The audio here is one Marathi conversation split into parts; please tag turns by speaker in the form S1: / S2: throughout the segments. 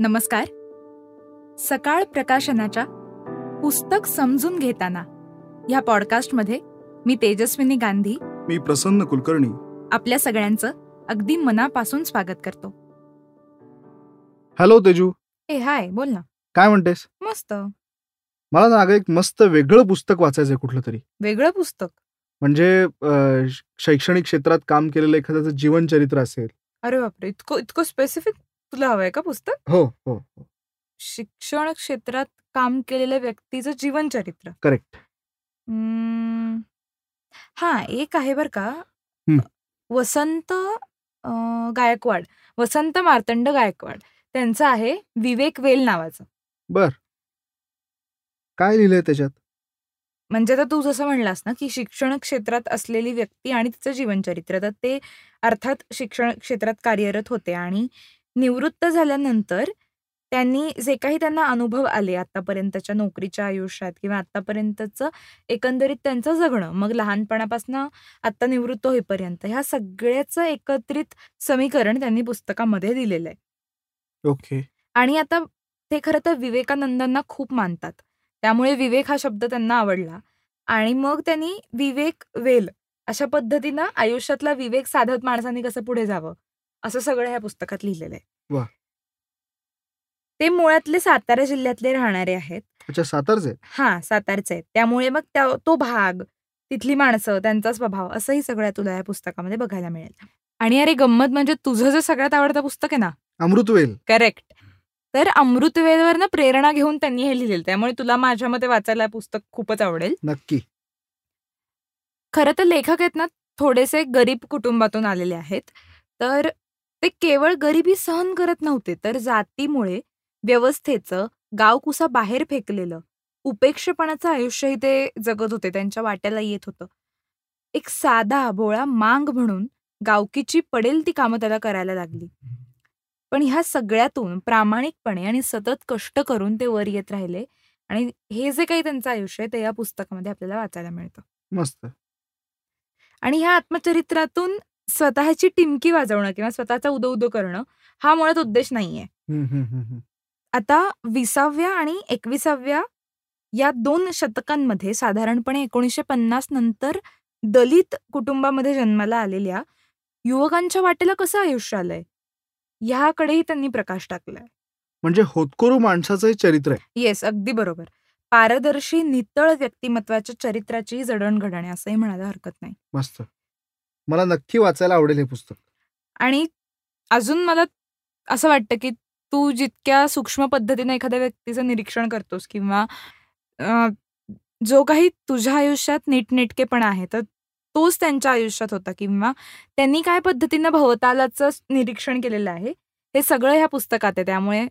S1: नमस्कार सकाळ प्रकाशनाच्या पुस्तक समजून घेताना ह्या पॉडकास्टमध्ये मी तेजस्विनी गांधी
S2: मी प्रसन्न कुलकर्णी
S1: आपल्या सगळ्यांचं अगदी मनापासून स्वागत करतो
S2: हॅलो तेजू
S1: ए हाय बोल ना
S2: काय म्हणतेस
S1: मस्त
S2: मला ना अगं एक मस्त वेगळं पुस्तक वाचायचंय कुठलं तरी
S1: वेगळं पुस्तक
S2: म्हणजे अं, श- शैक्षणिक क्षेत्रात काम केलेलं एखाद्याचं जीवनचरित्र असेल
S1: अरे बापरे इतकं इतकं स्पेसिफिक तुला हवंय का पुस्तक
S2: हो हो
S1: शिक्षण क्षेत्रात काम केलेल्या व्यक्तीचं जीवनचरित्र
S2: करेक्ट
S1: हम्म, हा एक आहे बर का
S2: हं.
S1: वसंत अं, गायकवाड वसंत मार्तंड गायकवाड त्यांचं आहे विवेक वेल नावाचं
S2: काय लिहिलंय त्याच्यात
S1: म्हणजे आता तू जसं म्हणलास ना की शिक्षण क्षेत्रात असलेली व्यक्ती आणि तिचं जीवनचरित्र तर ते अर्थात शिक्षण क्षेत्रात कार्यरत होते आणि निवृत्त झाल्यानंतर त्यांनी जे काही त्यांना अनुभव आले आतापर्यंतच्या नोकरीच्या आयुष्यात किंवा आतापर्यंतचं एकंदरीत त्यांचं जगणं मग लहानपणापासून आत्ता निवृत्त होईपर्यंत ह्या सगळ्याचं एकत्रित समीकरण त्यांनी पुस्तकामध्ये दिलेलं आहे
S2: ओके
S1: आणि आता ते खरं तर विवेकानंदांना खूप मानतात त्यामुळे विवेक हा शब्द त्यांना आवडला आणि मग त्यांनी विवेक वेल अशा पद्धतीनं आयुष्यातला विवेक साधत माणसांनी कसं पुढे जावं असं सगळं ह्या पुस्तकात लिहिलेलं आहे
S2: वाह.
S1: ते मुळातले सातारा जिल्ह्यातले राहणारे आहेत
S2: अच्छा सातारच आहे
S1: हा सातारचे आहेत त्यामुळे मग त्या तो भाग तिथली माणसं त्यांचा स्वभाव असंही सगळ्या तुला या पुस्तकामध्ये बघायला मिळेल आणि अरे गंमत म्हणजे तुझं जे सगळ्यात आवडतं पुस्तक आहे ना
S2: अमृतवेल
S1: करेक्ट तर अमृतवेलवर ना प्रेरणा घेऊन त्यांनी हे लिहिलेलं त्यामुळे तुला माझ्या मते वाचायला हे पुस्तक खूपच आवडेल
S2: नक्की
S1: खरं तर लेखक आहेत ना थोडेसे गरीब कुटुंबातून आलेले आहेत तर ते केवळ गरिबी सहन करत नव्हते तर जातीमुळे व्यवस्थेचं गावकुसा बाहेर फेकलेलं उपेक्षपणाचं आयुष्यही ते जगत होते त्यांच्या वाट्याला येत होतं एक साधा भोळा मांग म्हणून गावकीची पडेल ती कामं त्याला करायला लागली पण ह्या सगळ्यातून प्रामाणिकपणे आणि सतत कष्ट करून ते वर येत राहिले आणि हे जे काही त्यांचं आयुष्य आहे ते या पुस्तकामध्ये आपल्याला वाचायला मिळतं
S2: मस्त
S1: आणि ह्या आत्मचरित्रातून स्वतःची टिमकी वाजवणं किंवा स्वतःचा उदो उदो करणं हा मुळात उद्देश नाहीये
S2: हम्म, हम्म, हम्म, हम्म.
S1: आता विसाव्या आणि एकविसाव्या या दोन शतकांमध्ये साधारणपणे एकोणीसशे पन्नास नंतर दलित कुटुंबामध्ये जन्माला आलेल्या युवकांच्या वाटेला कसं आयुष्य आलंय ह्याकडेही त्यांनी प्रकाश टाकलाय
S2: म्हणजे होतकरू माणसाचं हे चरित्र आहे
S1: येस अगदी बरोबर पारदर्शी नितळ व्यक्तिमत्वाच्या चरित्राची जडणघडण आहे असंही म्हणायला हरकत नाही
S2: मस्त मला नक्की वाचायला आवडेल हे पुस्तक
S1: आणि अजून मला असं वाटतं की तू जितक्या सूक्ष्म पद्धतीने एखाद्या व्यक्तीचं निरीक्षण करतोस किंवा अं, जो काही तुझ्या आयुष्यात नीटनेटकेपणा आहे तर तोच त्यांच्या आयुष्यात होता किंवा त्यांनी काय पद्धतीनं भवतालाचं स- निरीक्षण केलेलं आहे हे सगळं ह्या पुस्तकात आहे त्यामुळे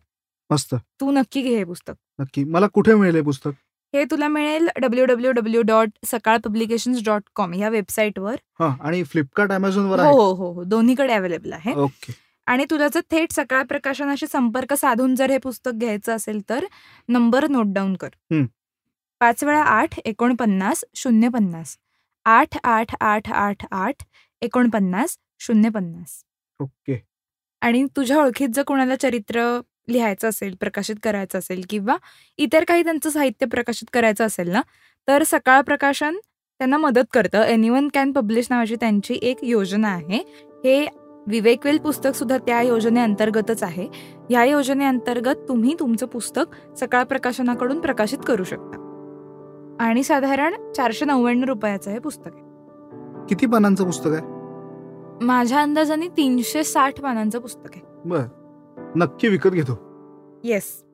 S2: मस्त
S1: तू नक्की घे हे पुस्तक
S2: नक्की मला कुठे मिळेल हे पुस्तक
S1: हे तुला मिळेल W W W dot Sakal publications dot com ह्या वेबसाईटवर
S2: हा आणि फ्लिपकार्ट अमेझॉन वर
S1: हो
S2: आहे
S1: हो हो हो दोन्हीकडे अवेलेबल आहे
S2: ओके
S1: आणि तुला जर थेट सकाळ प्रकाशनाशी संपर्क साधून जर हे पुस्तक घ्यायचं असेल तर नंबर नोट डाऊन कर
S2: हं.
S1: पाच वेळा आठ एकोणपन्नास शून्य पन्नास आठ आठ आठ आठ आठ एकोणपन्नास शून्य पन्नास
S2: ओके
S1: आणि तुझ्या ओळखीत जर कोणाला चरित्र लिहायचं असेल प्रकाशित करायचं असेल किंवा इतर काही त्यांचं साहित्य प्रकाशित करायचं असेल ना तर सकाळ प्रकाशन त्यांना मदत करतं एनिवन कॅन पब्लिश नावाची त्यांची एक योजना आहे हे विवेकवेल पुस्तक सुद्धा त्या योजनेअंतर्गतच आहे ह्या योजनेअंतर्गत तुम्ही तुमचं पुस्तक सकाळ प्रकाशनाकडून प्रकाशित करू शकता आणि साधारण चारशे नव्याण्णव रुपयाचं हे पुस्तक आहे
S2: किती पानांचं पुस्तक आहे
S1: माझ्या अंदाजाने तीनशे साठ पानांचं पुस्तक आहे
S2: बर नक्की विकत घेतो
S1: येस